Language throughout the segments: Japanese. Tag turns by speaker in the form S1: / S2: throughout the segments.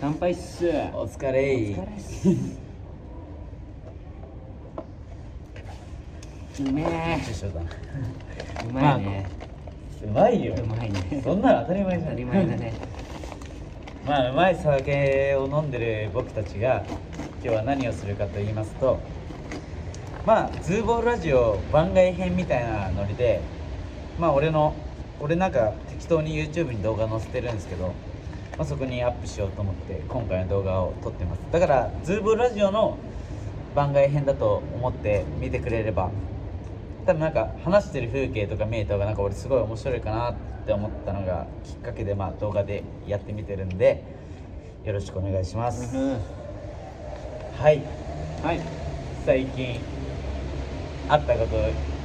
S1: 乾杯っす
S2: お疲れ
S1: お疲れっすうめえ
S2: 師匠だ
S1: うまいね
S2: うまいよ
S1: うまいね
S2: そんなの当たり前じ
S1: 当
S2: ゃん
S1: たり前だね
S2: まあうまい酒を飲んでる僕たちが今日は何をするかと言いますとまあズーボーラジオ番外編みたいなノリでまあ俺の俺なんか適当に YouTube に動画載せてるんですけど、まあ、そこにアップしようと思って今回の動画を撮ってますだからズーボーラジオの番外編だと思って見てくれれば多分なんか話してる風景とか見えた方がなんか俺すごい面白いかなって思ったのがきっかけでまあ動画でやってみてるんでよろしくお願いします、はい
S1: はい
S2: 最近あったこと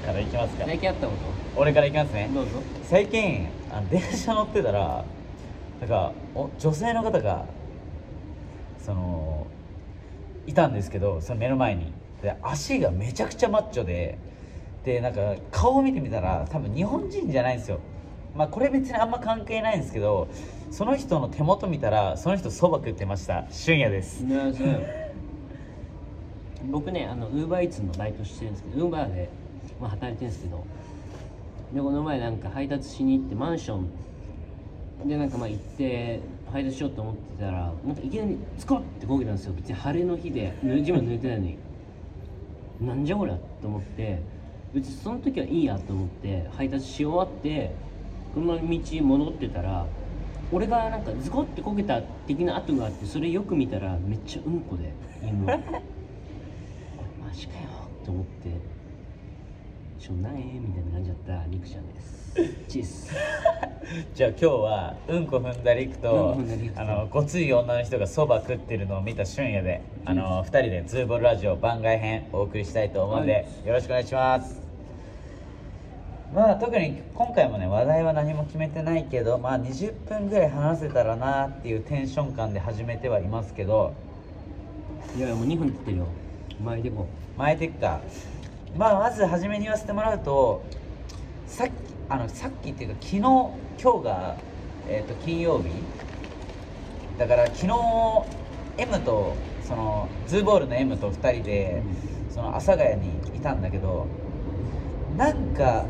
S2: からいきますか
S1: 最近あったこ
S2: 俺からいきます
S1: と
S2: ね
S1: どうぞ
S2: 最近あの電車乗ってたらなんかお女性の方がそのいたんですけどその目の前にで足がめちゃくちゃマッチョででなんか顔を見てみたら多分日本人じゃないんですよまあこれ別にあんま関係ないんですけどその人の手元見たらその人そば食ってました俊也です
S1: ねえ僕ねあのウーバーイーツのバイトしてるんですけどウーバーで、まあ、働いてるんですけどでこの前なんか配達しに行ってマンションでなんかまあ行って配達しようと思ってたらなんかいきなりスコッて焦げたんですよ別に晴れの日でぬ地面濡れてないのになんじゃこりゃと思って別にその時はいいやと思って配達し終わってこの道戻ってたら俺がなんかズコってこけた的な跡があってそれよく見たらめっちゃうんこで犬 これマジかよと思って「しょうない」みたいな感じだったりくちゃんですチース
S2: じゃあ今日はうんこ踏んだりくと
S1: うんこ踏んだりくと
S2: あのごつい女の人がそば食ってるのを見た俊也であの2人でズーボルラジオ番外編お送りしたいと思うんで、
S1: はい
S2: よろしくお願いしますまあ特に今回もね話題は何も決めてないけどまあ20分ぐらい話せたらなっていうテンション感で始めてはいますけど
S1: いやいやもう2分経ってるよ前でこう
S2: 前でっかまあまず初めに言わせてもらうとさっきあのさっきっていうか昨日今日が、えー、と金曜日だから昨日 M とそのズーボールの M と2人で、その阿佐ヶ谷にいたんだけどなんか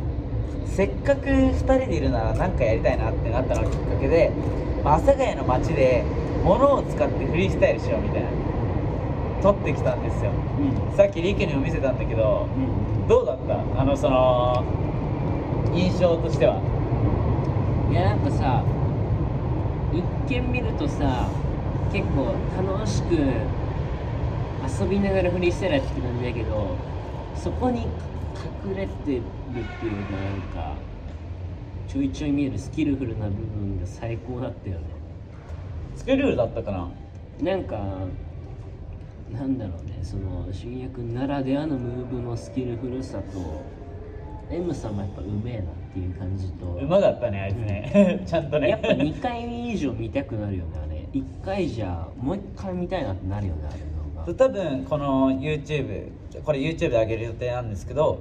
S2: せっかく2人でいるなら何かやりたいなってなったのがきっかけで、まあ、阿佐ヶ谷の街で物を使ってフリースタイルしようみたいな撮ってきたんですよ
S1: うん
S2: さっきリケにも見せたんだけど
S1: う
S2: どうだったあのその印象としては
S1: んいやなんかさ一見見るとさ結構楽しく遊びながらフリースタイルやってるんだけどそこに隠れてるっていうかなんかちょいちょい見えるスキルフルな部分が最高だったよね
S2: スケジュールだったかな
S1: なんかなんだろうねその新薬ならではのムーブのスキルフルさと M さんもやっぱうめえなっていう感じと
S2: うまかったねあいつね ちゃんとね
S1: やっぱ2回以上見たくなるよねあれ1回じゃもう1回見たいなってなるよねあれの
S2: そう多分この YouTube これ YouTube で上げる予定なんですけど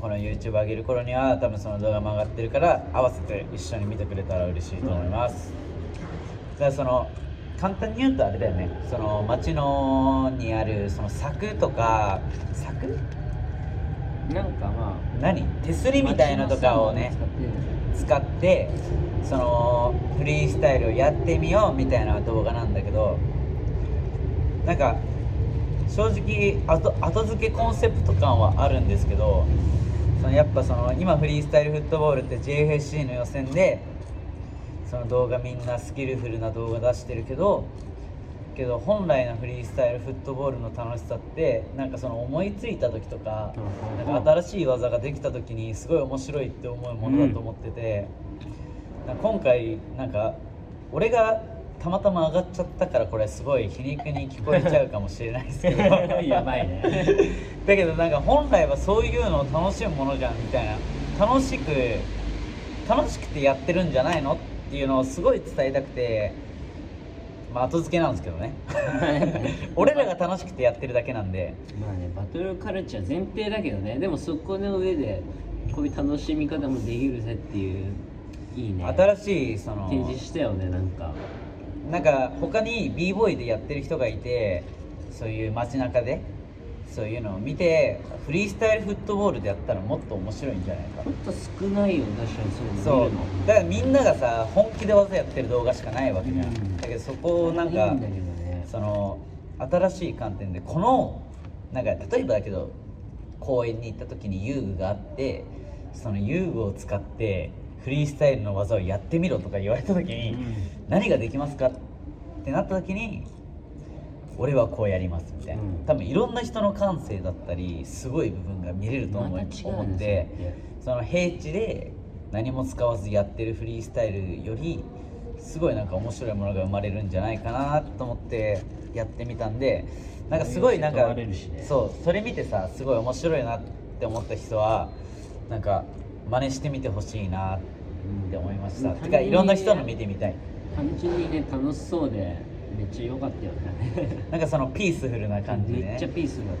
S2: この YouTube 上げる頃には多分その動画も上がってるから合わせて一緒に見てくれたら嬉しいと思います、だからその簡単に言うとあれだよねその街のにあるその柵とか柵
S1: なんかまあ
S2: 何手すりみたいなのとかをね使ってそのフリースタイルをやってみようみたいな動画なんだけどなんか正直後後付けコンセプト感はあるんですけどそのやっぱその今フリースタイルフットボールって JFC の予選でその動画みんなスキルフルな動画出してるけどけど本来のフリースタイルフットボールの楽しさってなんかその思いついた時とか
S1: うん
S2: なんか新しい技ができた時にすごい面白いって思うものだと思ってて、なんか今回なんか俺がたまたま上がっちゃったからこれすごい皮肉に聞こえちゃうかもしれないですけど
S1: やばいね
S2: だけどなんか本来はそういうのを楽しむものじゃんみたいな楽しく楽しくてやってるんじゃないのっていうのをすごい伝えたくてまあ後付けなんですけど ね俺らが楽しくてやってるだけなんで
S1: まあねバトルカルチャー前提だけどねでもそこの上でこういう楽しみ方もできるぜっていういいね
S2: 新しいその
S1: 提示したよねなんか
S2: なんか他に b ボーイでやってる人がいてそういう街中でそういうのを見てフリースタイルフットボールでやったらもっと面白いんじゃないか
S1: もっと少ないよ確かにそういうの見る
S2: そ
S1: の
S2: うだからみんながさ本気で技やってる動画しかないわけじゃん、
S1: うん
S2: だけどそこをなん
S1: いい
S2: か
S1: んだけどね
S2: その新しい観点でこのなんか例えばだけど公園に行った時に遊具があってその遊具を使ってフリースタイルの技をやってみろとか言われた時に、
S1: うん
S2: 何ができますかってなった時に俺はこうやりますみたいな、
S1: うん
S2: 多分いろんな人の感性だったりすごい部分が見れると思,、
S1: また違うんですよ
S2: 思ってその平地で何も使わずやってるフリースタイルよりすごいなんか面白いものが生まれるんじゃないかなと思ってやってみたんでなんかすごいなん
S1: いろ
S2: か
S1: いろと問われるしね
S2: そうそれ見てさすごい面白いなって思った人はなんか真似してみてほしいなって思いました、
S1: うん
S2: てかいろんな人の見てみたい
S1: 単純にね楽しそうでめっちゃ良かったよ ね
S2: なんかそのピースフルな感じね
S1: めっちゃピースだったね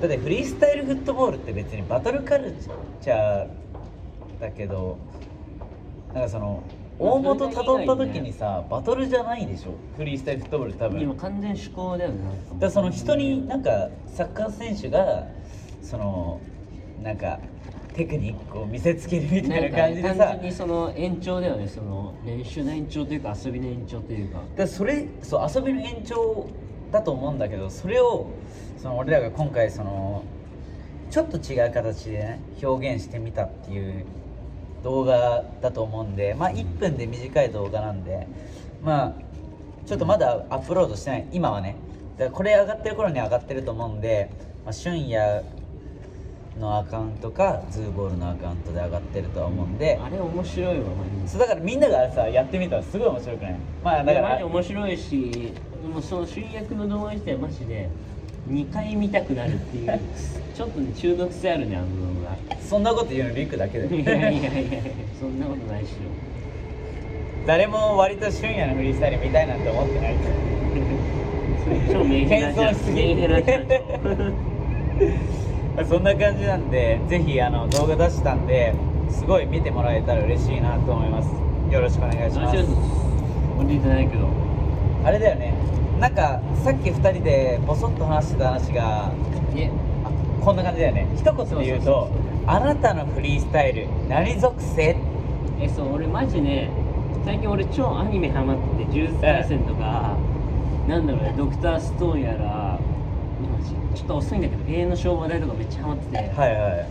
S2: だってフリースタイルフットボールって別にバトルカルチャーだけどなんかその大元たどった時にさ、バトルじゃないでしょフリースタイルフットボール多分
S1: 今完全趣向だよね
S2: だからその人になんかサッカー選手がそのなんかテクニックを見せつけるみたいな感じでさ
S1: んかね単純にその延長だよねその練習の延長というか遊びの延長というか
S2: だからそれそう遊びの延長だと思うんだけどそれをその俺らが今回そのちょっと違う形でね表現してみたっていう動画だと思うんでまあ1分で短い動画なんでまあちょっとまだアップロードしてない今はねだからこれ上がってる頃には上がってると思うんで、まあ、俊也のアカウントかズーボールのアカウントで上がってるとは思うんで、
S1: あれ面白いわマジで
S2: そうだからみんながさやってみたらすごい面白くないまあだか
S1: いやマ
S2: ら
S1: ジ面白いしでもその集約の動画自体マジで2回見たくなるって いうちょっとね中毒性あるねあの動画
S2: そんなこと言うのリクだけ
S1: いやいや
S2: で
S1: いやいやそんなことないっし ょ
S2: 誰も割と俊也のフリースタイル見たいなんて思ってない
S1: それ超メンヘラじゃん
S2: 謙遜しすぎ
S1: メンヘラじゃん
S2: そんな感じなんでぜひあの動画出したんですごい見てもらえたら嬉しいなと思いますよろしくお願いしま
S1: あ
S2: す
S1: ちょっと降りてないけど
S2: あれだよねなんかさっき2人でボソッと話してた話が
S1: え
S2: あこんな感じだよね一言で言う
S1: そうそ
S2: と
S1: うそう
S2: 「あなたのフリースタイル何属性?」
S1: えそう俺マジね最近俺超アニメハマってて「呪術廻戦」とか、なんだろうね「ドクターストーン」やら今ちょっと遅いんだけど永遠の消防隊とかめっちゃハマってて、
S2: はいはい
S1: めっ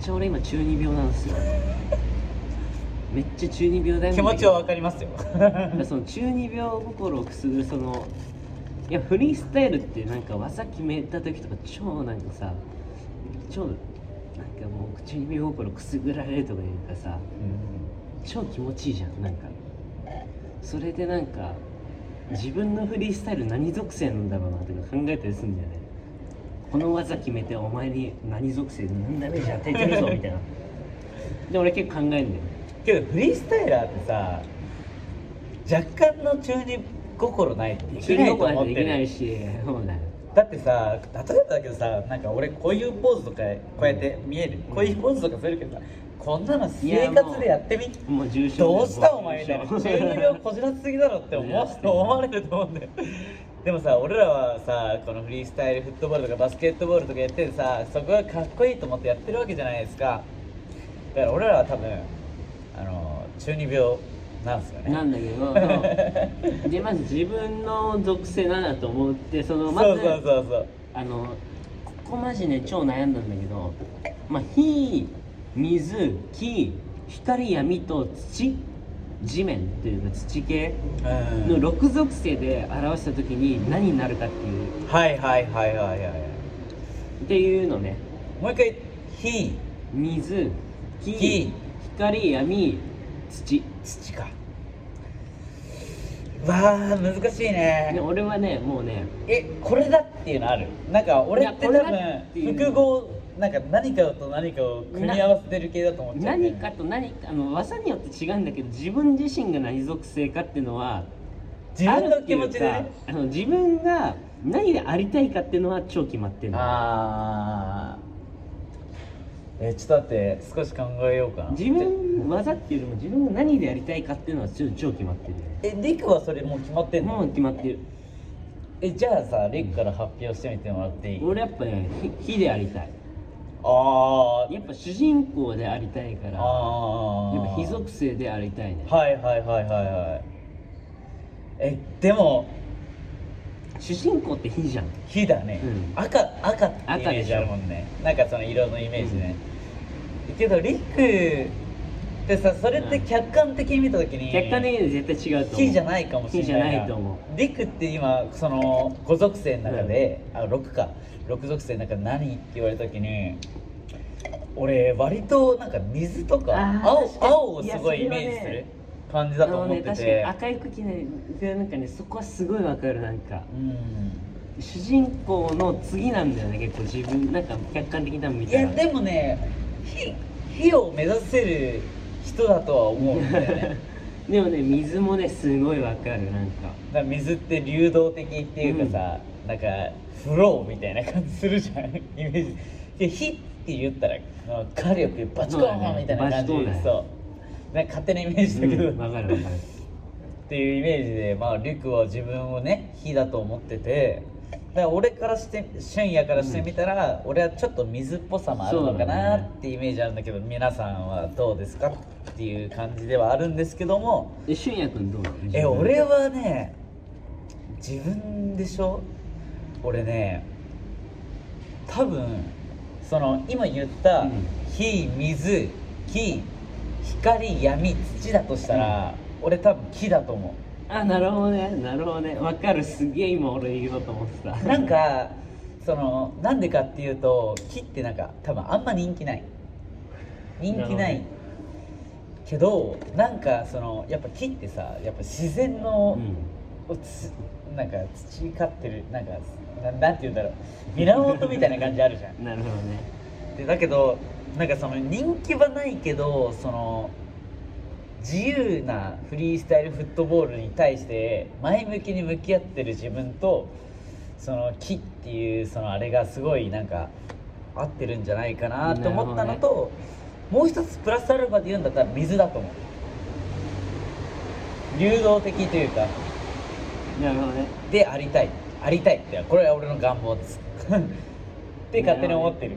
S1: ちゃ俺今中二病なんですよめっちゃ中二病だよ
S2: 気持ちは分かり ますよ
S1: だからその中二病心をくすぐるそのいやフリースタイルってなんか技決めた時とか超なんかさ超なんかもう中二病心くすぐられるとかいうかさ超気持ちいいじゃんなんかそれでなんか自分のフリースタイル何属性なんだろうなとか考えたりするんだよねこの技決めてお前に何属性何ダメージ与えてるぞみたいなで俺結構考えるんだよね
S2: けどフリースタイラーってさ若干の中二心ないとできないと思って
S1: できない
S2: る
S1: しそうだよ
S2: だってさ例えばだけどさなんか俺こういうポーズとかこうやって見える、こういうポーズとかするけどさこんなの生活でやってみ
S1: もう重症だよ
S2: どうしたお前みたいな
S1: 重症
S2: 12秒こじらせすぎだろって思わ思われると思うんだよでもさ俺らはさこのフリースタイルフットボールとかバスケットボールとかやっててさそこがかっこいいと思ってやってるわけじゃないですかだから俺らは多分あの中二病なんですよ ね
S1: なんだけどそうでまず自分の属性なんだと思ってそのまず
S2: そうそうそうそう
S1: あのここマジね超悩んだんだけどまあ火水木光闇と土地面っていうか土系の
S2: うん
S1: 6属性で表した時に何になるかっていう
S2: はいはいはいはいはい
S1: っていうのね
S2: もう一回「火
S1: 水木
S2: 火
S1: 光闇土」
S2: 土かうわー難しいね
S1: で俺はねもうね
S2: えこれだっていうのあるなんか俺って多
S1: いやこれだってい
S2: 分
S1: う
S2: 複合なんか何かと何かを組み合わせてる系だと思っちゃうんだよ
S1: 何
S2: ね
S1: かと何かあの技によって違うんだけど自分自身が何属性かっていうのは
S2: 自分の気持ちで
S1: あるっ
S2: ね
S1: ていうかあの自分が何でありたいかっていうのは超決まってるの
S2: あえちょっと待って少し考えようかな
S1: 自分技っていうよりも自分が何でやりたいかっていうのは超超決まってるね
S2: えリクはそれもう決まってんの、
S1: もう決まってる
S2: えじゃあさリクから発表してみてもらっていい、
S1: 俺やっぱね火火でありたい
S2: あー
S1: やっぱ主人公でありたいからや
S2: あー
S1: っぱ非属性でありたいね
S2: はいはいはいはいはいえでも
S1: 主人公って火じゃん
S2: 火だね、
S1: うん
S2: 赤赤ってイメージあるもんねなんかその色のイメージね、けどリクってさそれって客観的に見た時に、
S1: 客観的には絶対違うと思う
S2: 火じゃないかもしれない
S1: 火じゃないと思
S2: うリクって今その5属性の中で、あ6か6属性の中で何って言われた時に俺割となんか水とか
S1: あー確
S2: 青
S1: かに
S2: 青をすごいイメージす
S1: いやそれは
S2: る
S1: ね
S2: 感じだと思って
S1: あのね、確か
S2: て、
S1: に赤い茎ねでなんかねそこはすごいわかるなんか
S2: うん
S1: 主人公の次なんだよね結構自分なんか客観的に多分見
S2: い
S1: たら
S2: やでもね火火を目指せる人だとは思うんだよ ね
S1: でもね水もねすごいわかるなんか
S2: だから水って流動的っていうかさ、なんかフローみたいな感じするじゃん イメージで火って言ったらあの火力バチコ
S1: そうだ
S2: ーン
S1: ね
S2: みたいな感じ
S1: バチコーン
S2: で、
S1: だね
S2: そうなんか勝手なイメージだ
S1: う
S2: けど、
S1: んわ、かるわかる
S2: っていうイメージでまあリュクは自分をね火だと思っててだから俺からして俊也からしてみたら、俺はちょっと水っぽさもあるのか
S1: そうだ
S2: な
S1: ね
S2: ってイメージあるんだけど皆さんはどうですかっていう感じではあるんですけども
S1: え俊也君どうなの
S2: え俺はね自分でしょ俺ね多分その今言った、
S1: うん
S2: 火水木光闇土だとしたら、俺多分木だと思う
S1: あなるほどねなるほどねわかるすげえ今俺言おうと思ってた
S2: なんかそのなんでかっていうと木ってなんか多分あんま人気ない人気
S1: な
S2: な
S1: るほ
S2: いけどなんかそのやっぱ木ってさやっぱ自然の
S1: う、ん
S2: をつなんか培ってるなんかななんて言うんだろう源みたいな感じあるじゃん
S1: なるほどね
S2: でだけどなんかその人気はないけどその自由なフリースタイルフットボールに対して前向きに向き合ってる自分とその木っていうそのあれがすごいなんか合ってるんじゃないかなと思ったのと、もう一つプラスアルファで言うんだったら水だと思う流動的というか
S1: なるほどね
S2: でありたいありたいってこれは俺の願望です って勝手に思ってる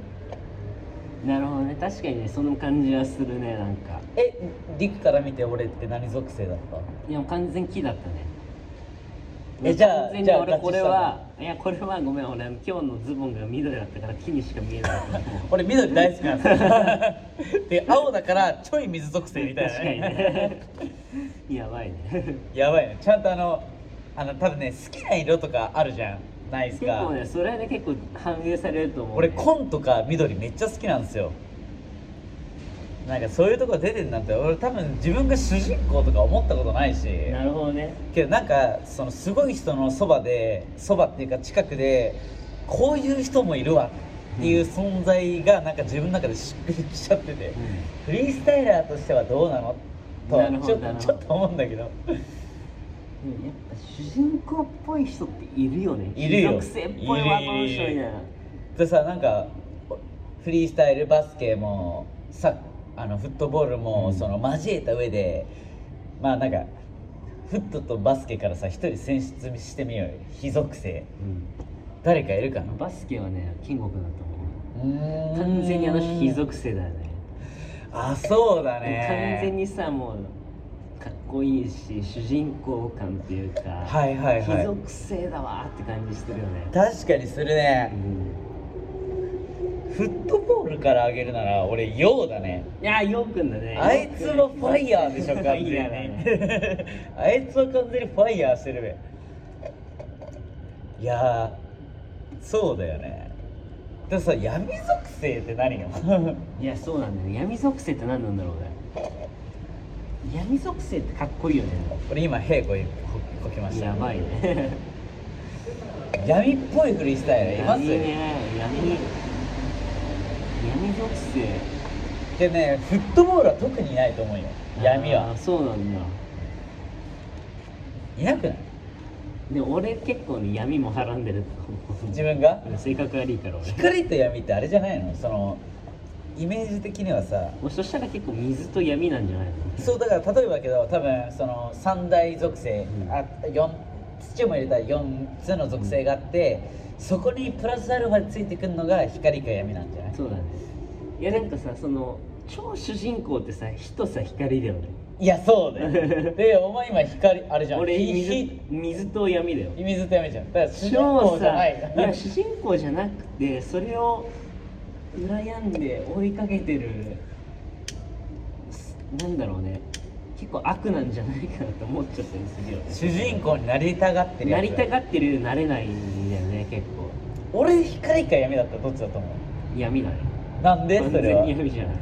S1: なるほどね確かにねその感じはするねなんか
S2: えリクから見て俺って何属性だった
S1: いや完全木だったね
S2: えじゃあ
S1: 完全に
S2: じゃあ
S1: 俺これはいやこれはごめん俺今日のズボンが緑だったから木にしか見えな かった
S2: 俺緑大好きなんです よで青だからちょい水属性みたい
S1: 確
S2: な
S1: かに
S2: ね
S1: ね やばいね
S2: やばいねちゃんとあのあの多分ね好きな色とかあるじゃんないです
S1: 結
S2: か
S1: 構ねそれで結構反映されると思う、ね、
S2: 俺紺とか緑めっちゃ好きなんですよなんかそういうとこ出てんなんて俺多分自分が主人公とか思ったことないし
S1: なるほどね
S2: けどなんかそのすごい人のそばでそばっていうか近くでこういう人もいるわっていう存在がなんか自分の中でしっくりきちゃってて、フリースタイラーとしてはどうなのとは
S1: なるほ
S2: ち
S1: ど
S2: ょっ
S1: なるほ
S2: とち
S1: ど
S2: ょっと思うんだけど
S1: でもやっぱ主人公っぽい人っているよね
S2: いるよ
S1: 属性っぽいわ
S2: い
S1: こ
S2: る
S1: の人みたいな
S2: でさなんかフリースタイルバスケもさあのフットボールもその交えた上で、まあなんかフットとバスケからさ一人選出してみようよ非属性誰かいるかな
S1: うん、バスケはね金国だと思
S2: うーん
S1: う完全にあの人非属性だよね
S2: あそうだね
S1: 完全にさもうかっこいいし主人公感っていうか、
S2: はいはいはい
S1: 非属性だわーって感じしてるよね、
S2: 確かにする
S1: う
S2: ね
S1: ん、
S2: フットボールからあげるなら俺ヨウだね
S1: いやーよくんだね
S2: あいつはファイヤーでしょ
S1: フ
S2: 完
S1: ァ
S2: 全
S1: イヤーだ
S2: にあいつは完全にファイヤーしてるべいやーそうだよねでもさ闇属性って何よ
S1: いやそうなんだよね闇属性って何なんだろうね闇属性ってかっこいいよね
S2: 俺今屁こいこきました
S1: やばいね
S2: 闇っぽいフリースタイルいます
S1: 闇ね闇闇属性
S2: でねフットボールは特にいないと思うよ闇
S1: あ
S2: は
S1: ーそうなんだ
S2: いなくない
S1: でも俺結構ね闇もはらんでると思う
S2: 自分が
S1: 性格悪いから俺
S2: 光と闇ってあれじゃないのそのイメージ的にはさ
S1: もうそしたら結構水と闇なんじゃないの
S2: そうだから例えばだけど多分その三大属性、
S1: うん
S2: あ四土も入れた4つの属性があって、そこにプラスアルファでついてくるのが光か闇なんじゃない
S1: そうだねいやなんかさその超主人公ってさ火とさ光だよね
S2: いやそうだよ でお前今光あれじゃん
S1: 俺
S2: 火
S1: 水
S2: 火
S1: 水と闇だよ
S2: 水ってやめちゃうだから主人
S1: 超
S2: 公じゃ
S1: さ
S2: ないい
S1: や主人公じゃなくてそれを悩んで追いかけてるすなんだろうね結構悪なんじゃないかなと思っちゃったりするよね
S2: 主人公になりたがってるや
S1: な
S2: つ
S1: りたがってるなれないんだよね結構
S2: 俺光か闇だったらどっちだと思
S1: 闇だね
S2: うなんでそ
S1: 完
S2: れ
S1: 全に
S2: は
S1: 闇じゃない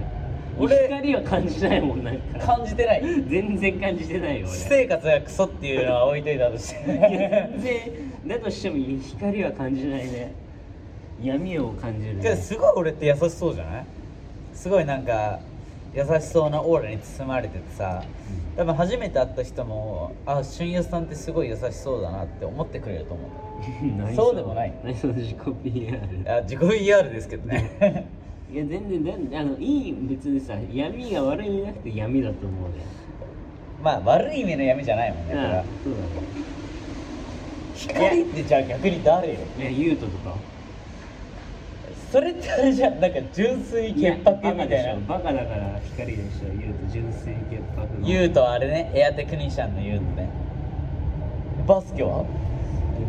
S2: 俺
S1: 光は感じないもんなんか
S2: 感じてない
S1: 全然感じてないよ
S2: 私
S1: 俺
S2: 生活がクソっていうのは置いといたとして
S1: 全然だとしても光は感じないね闇を感じる、
S2: けど
S1: ね、
S2: すごい俺って優しそうじゃないすごいなんか優しそうなオーラに包まれててさ多分初めて会った人もあ俊也さんってすごい優しそうだなって思ってくれると思う
S1: 何
S2: そうでもない
S1: 何その自己 PR
S2: あ自己 PR ですけ どね
S1: いや全然全然あのいい別にさ闇が悪いんじゃなくて闇だと思うね
S2: まあ悪い意味の闇じゃないもんねこれ
S1: あ
S2: は
S1: あそうだね
S2: 光ってじゃあ逆に誰よ
S1: いやユウトとか
S2: それってあれじゃんなんか純粋
S1: いや
S2: 潔白
S1: バカ
S2: みた
S1: でし
S2: い
S1: ょ
S2: な
S1: バカだから光でしょユウト純粋潔白の
S2: 言うとあれねエアテクニシャンの言うとねバスケは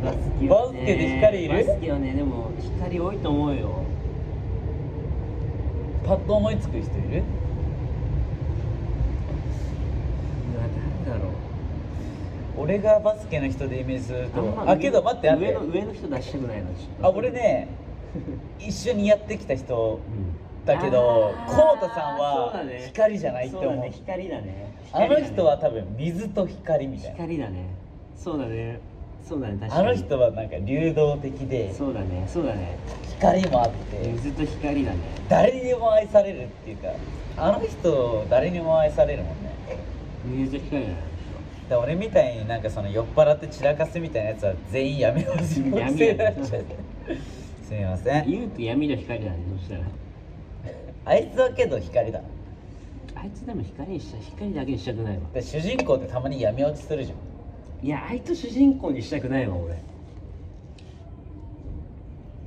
S1: バスケ
S2: バスケで光いる
S1: バスケはねでも光多いと思うよ
S2: パッと思いつく人いる
S1: いや誰だろう
S2: 俺がバスケの人でイメージす
S1: ん
S2: る
S1: ま
S2: と
S1: 上
S2: あけど待って待っ
S1: 上
S2: て
S1: の上の人出したくないのちょっと
S2: あ 俺ね一緒にやってきた人
S1: うん
S2: だけど
S1: あー
S2: こうたさん
S1: そうだ
S2: は
S1: ね
S2: 光じゃないって
S1: そうだ
S2: 思
S1: ね
S2: う
S1: 光だね
S2: あ
S1: 光だ
S2: の
S1: ね
S2: 人は多分水と光みたいな
S1: 光だねそうだねそうだね確か
S2: あ
S1: に
S2: の人はなんか流動的で
S1: そうだねそうだね
S2: 光もあって
S1: 水と光だね
S2: 誰にも愛されるっていうかあの人誰にも愛されるもんね
S1: 水と光だね
S2: だから俺みたいになんかその酔っ払って散らかすみたいなやつは全員やめようす
S1: やめよう
S2: すみません
S1: 言うと闇と光だねそしたら
S2: あいつはけど光だ
S1: あいつでも光にした光だけにしたくないわ
S2: で主人公ってたまに闇落ちするじゃん
S1: いやあいつ主人公にしたくないわ俺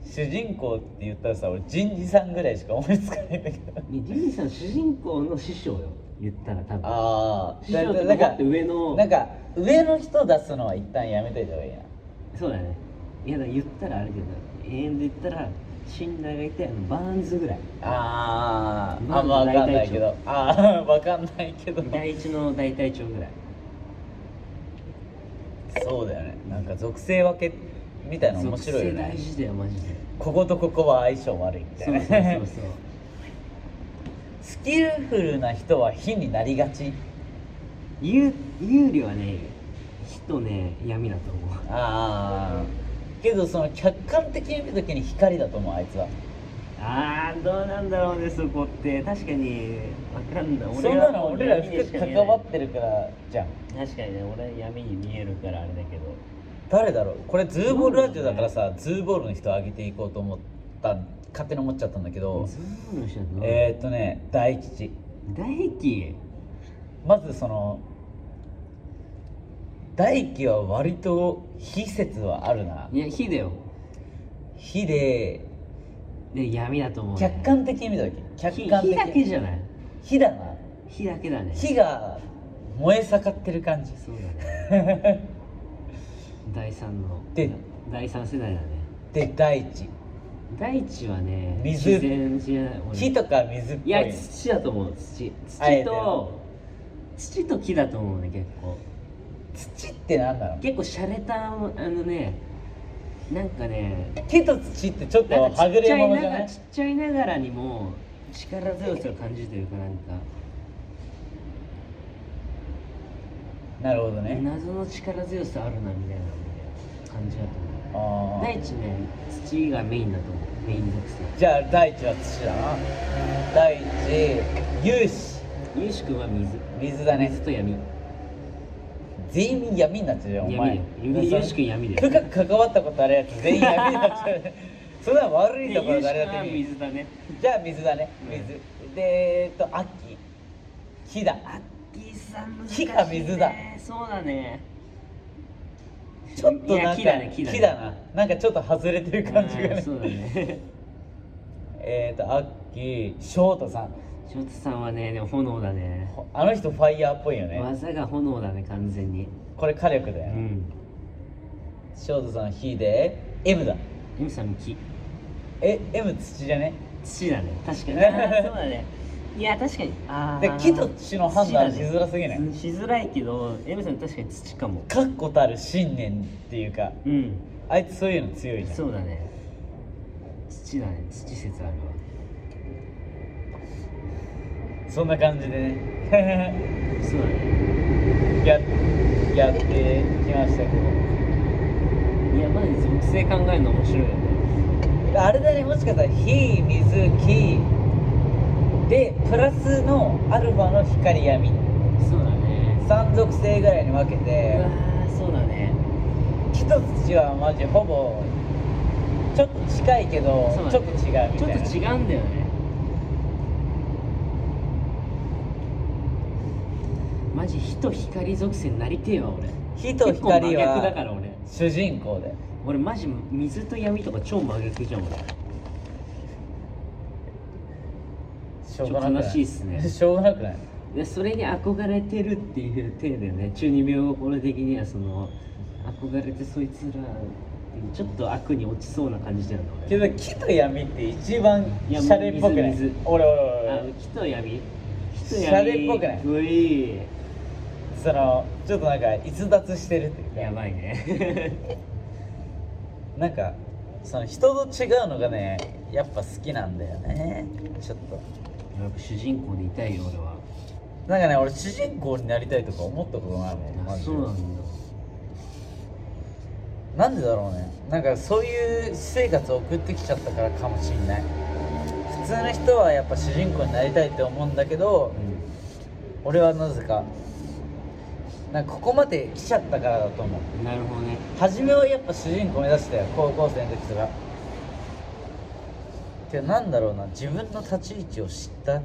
S2: 主人公って言ったらさ俺人事さんぐらいしか思いつかないんだけど
S1: ねジミーさん主人公の師匠よ言ったら多分
S2: あ
S1: 師匠とかもっと上の
S2: なんか上の人出すのは一旦やめといた方がいいな
S1: そうだねいやだから言ったらあれけど永遠で言ったら信頼がいてあのバーンズ ぐらい
S2: あ
S1: ー
S2: ああんまわかんないけどあ あわかんないけど
S1: 第一の大隊長ぐらい
S2: そうだよねなんか属性分けみたいなの面白いよ
S1: 属性
S2: ね
S1: 大事だよマジで
S2: こことここは相性悪いみた
S1: そ
S2: いうな
S1: そうそうそう
S2: スキルフルな人は火になりがち
S1: 有有利はね火とね闇だと思う
S2: ああけどその客観的に見た時に光だと思うあいつは
S1: あーどうなんだろうねそこって確かに分かんない
S2: そんな
S1: は
S2: の俺ら
S1: 闇にし
S2: 服
S1: か見え
S2: 関
S1: ない
S2: わってるからじゃん
S1: 確かにね俺は闇に見えるからあれだけど
S2: 誰だろうこれズーボールラジオだからさ、ズーボールの人上げていこうと思った勝手に思っちゃったんだけど、
S1: そうなの人だと
S2: えー、っとね大吉
S1: 大輝
S2: まずその大輝は割と非説はあるない
S1: や火だよ
S2: 非で
S1: で闇だと思う、ね、
S2: 客観的に見た時客観
S1: 火
S2: 的
S1: 火だけじゃない
S2: 火だな
S1: 火だけだね
S2: 火が燃え盛ってる感じ
S1: そうだね 第三の
S2: で
S1: 第三世代だね
S2: で大地
S1: 第一はね
S2: 水
S1: 自然じゃない俺
S2: 火とか水っぽ
S1: い
S2: い
S1: や土だと思う土
S2: あえ
S1: 土
S2: て
S1: と土と木だと思うね結構
S2: 土ってなんだろう
S1: 結構洒落たあのねなんかね
S2: 木と土ってちょっと
S1: な
S2: は
S1: んかち
S2: ぐ
S1: っち
S2: れ
S1: ゃい
S2: 者
S1: な
S2: じゃ
S1: が
S2: な
S1: ら
S2: い
S1: ちっちゃいながらにも力強さを感じるというかなんか
S2: なるほどね
S1: 謎の力強さあるなみたいなので感じだと
S2: あ
S1: 思う
S2: ー
S1: 第一ね土がメインだと思うメイン属性
S2: じゃあ大地は土だな大地有志
S1: ゆうしくんは水
S2: 水だね
S1: 水と闇
S2: 全員闇になっちゃうよお
S1: 闇
S2: 前
S1: だよゆうしくん闇だよ
S2: 深く関わったことあるやつ全員闇になっちゃうそれは悪い
S1: で
S2: ところ
S1: 優
S2: 誰
S1: 秀
S2: だっ
S1: な
S2: ていい
S1: 水だね
S2: じゃあ水だね
S1: うん
S2: 水、でえーっと秋木だ
S1: アッキーさん難
S2: 木が水だ
S1: そうだね
S2: ちょっと
S1: い
S2: な
S1: や
S2: んか
S1: 木だね木だね
S2: ななんかちょっと外れてる感じが
S1: うん
S2: ね
S1: そうだね
S2: えーっと秋翔太さん
S1: ショートさんはねでも炎だね
S2: ほあの人ファイヤーっぽいよね
S1: 技が炎だね完全に
S2: これ火力
S1: う
S2: だよね
S1: ん
S2: 翔太さん火で M だ
S1: M さん木
S2: え M 土じゃね
S1: 土だね確かにあーそうだねいや確かにあー
S2: で木と土の判断
S1: 土だね
S2: しづらすぎない
S1: うんしづらいけど M さん確かに土かも
S2: 確固たる信念っていうか
S1: うん
S2: あいつそういうの強いじゃん
S1: そうだね土だね土説あるわ
S2: そんな感じでね
S1: そうだね
S2: ややってきましたけ
S1: いやマジで属性考えるの面白いよね
S2: どあれだねもしかしたら火水木でプラスのアルファの光闇
S1: そうだね
S2: 三属性ぐらいに分け
S1: う
S2: て
S1: わーそうだね
S2: 木と土はマジほぼちょっと近いけど
S1: そうだね
S2: ちょっと違うみたいな
S1: ちょっと違うんだよねマジ火と光属性になりてえわ俺
S2: 火と光
S1: 結構真逆だか
S2: は
S1: ら俺
S2: 主人公で
S1: 俺マジ水と闇とか超真逆じゃん俺
S2: しょうがなくな
S1: ちょっと悲しいっすね
S2: しょうがなくない
S1: でそれに憧れてるっていう体だよね中二病俺的にはその憧れてそいつらちょっと悪に落ちそうな感じだよね
S2: けど木と闇って一番
S1: い
S2: シ
S1: や
S2: ャレっぽくない
S1: 水水
S2: 俺俺
S1: 俺
S2: 俺
S1: あ
S2: 俺
S1: 木と闇木と闇
S2: シャレっぽくないう
S1: い
S2: そのちょっとなんか逸脱してるっていう
S1: や
S2: か
S1: ばいね
S2: なんかその人と違うのがねやっぱ好きなんだよねちょっと
S1: やっぱ主人公でいたいよ俺は
S2: なんかね俺主人公になりたいとか思ったことないもんマ
S1: あ
S2: ジで
S1: そうなんだ
S2: なんでだろうねなんかそういう私生活を送ってきちゃったからかもしんない普通の人はやっぱ主人公になりたいって思うんだけど俺はなぜかなんかここまで来ちゃったからだと思う
S1: うんなるほどね
S2: 初めはやっぱ主人公目指してたよ高校生の時とかてなんだろうな自分の立ち位置を知った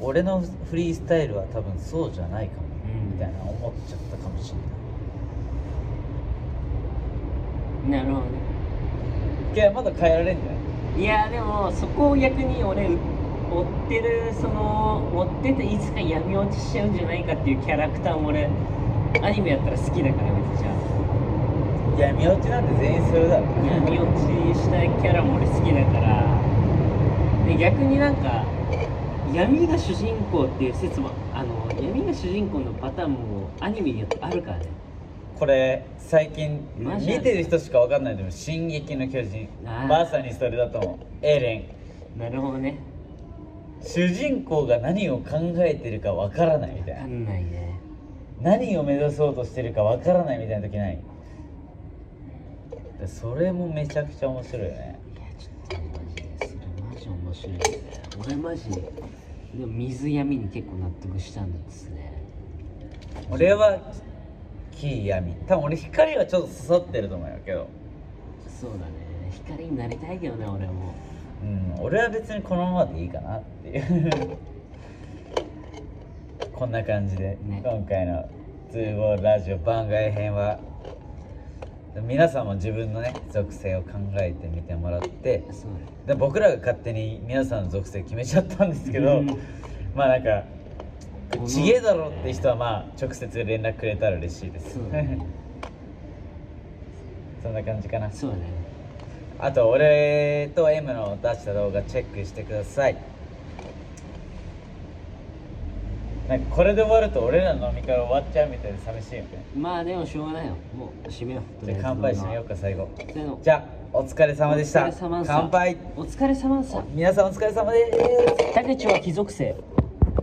S2: 俺のフリースタイルは多分そうじゃないかも、
S1: うん
S2: みたいな思っちゃったかもしれない
S1: なるほどね
S2: けどまだ変えられんじゃない
S1: いやでもそこを逆に俺追ってるその追ってていつか闇落ちしちゃうんじゃないかっていうキャラクターも俺アニメやったら好きだから別にじゃあ
S2: いや身内なんて全員それだろ
S1: 闇落ちしたキャラも俺好きだからで逆になんか闇が主人公っていう説もあの闇が主人公のパターンもアニメによってあるからね
S2: これ最近
S1: マ
S2: 見
S1: ジなんだ
S2: てる人しかわかんないでも「進撃の巨人」
S1: あー
S2: まさにそれだと思うエレン
S1: なるほどね
S2: 主人公が何を考えてるかわからないみたい
S1: わ
S2: な
S1: かんないね
S2: 何を目指そうとしてるかわからないみたいな時ないでそれもめちゃくちゃ面白いよね
S1: いやちょっとねマジでそれマジ面白いですね俺マジででも水闇に結構納得したんですね
S2: 俺は木闇多分俺光はちょっと刺さってると思うよけど
S1: そうだね光になりたいけどね俺も
S2: うん俺は別にこのままでいいかなっていう こんな感じで、
S1: ね
S2: 今回の「ズーボーラジオ番外編は」皆さんも自分のね属性を考えてみてもらって
S1: そうだね
S2: で僕らが勝手に皆さんの属性決めちゃったんですけど、
S1: うん
S2: まあなんか
S1: この
S2: ちげえだろって人はまあ直接連絡くれたら嬉しいです
S1: そうだね
S2: そんな感じかな
S1: そうだね
S2: あと俺と M の出した動画チェックしてくださいなんかこれで終わると俺らの飲み会終わっちゃうみたいで寂しいよね
S1: まあでもしょうがないよもう締めよう
S2: じゃあ乾杯しまようか最後
S1: せーの
S2: じゃあお疲れ様でした
S1: お疲れ様さ
S2: 乾杯
S1: お疲れ様さ
S2: 皆さんお疲れ様です
S1: 竹内は貴族性